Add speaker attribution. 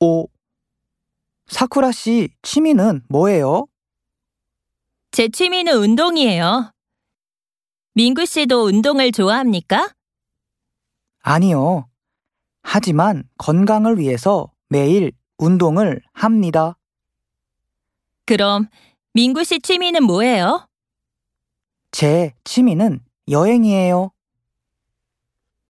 Speaker 1: 5. 사쿠라 씨 취미는 뭐예요?
Speaker 2: 제 취미는 운동이에요. 민구 씨도 운동을 좋아합니까?
Speaker 1: 아니요. 하지만 건강을 위해서 매일 운동을 합니다.
Speaker 2: 그럼 민구 씨 취미는 뭐예요?
Speaker 1: 제 취미는 여행이에요.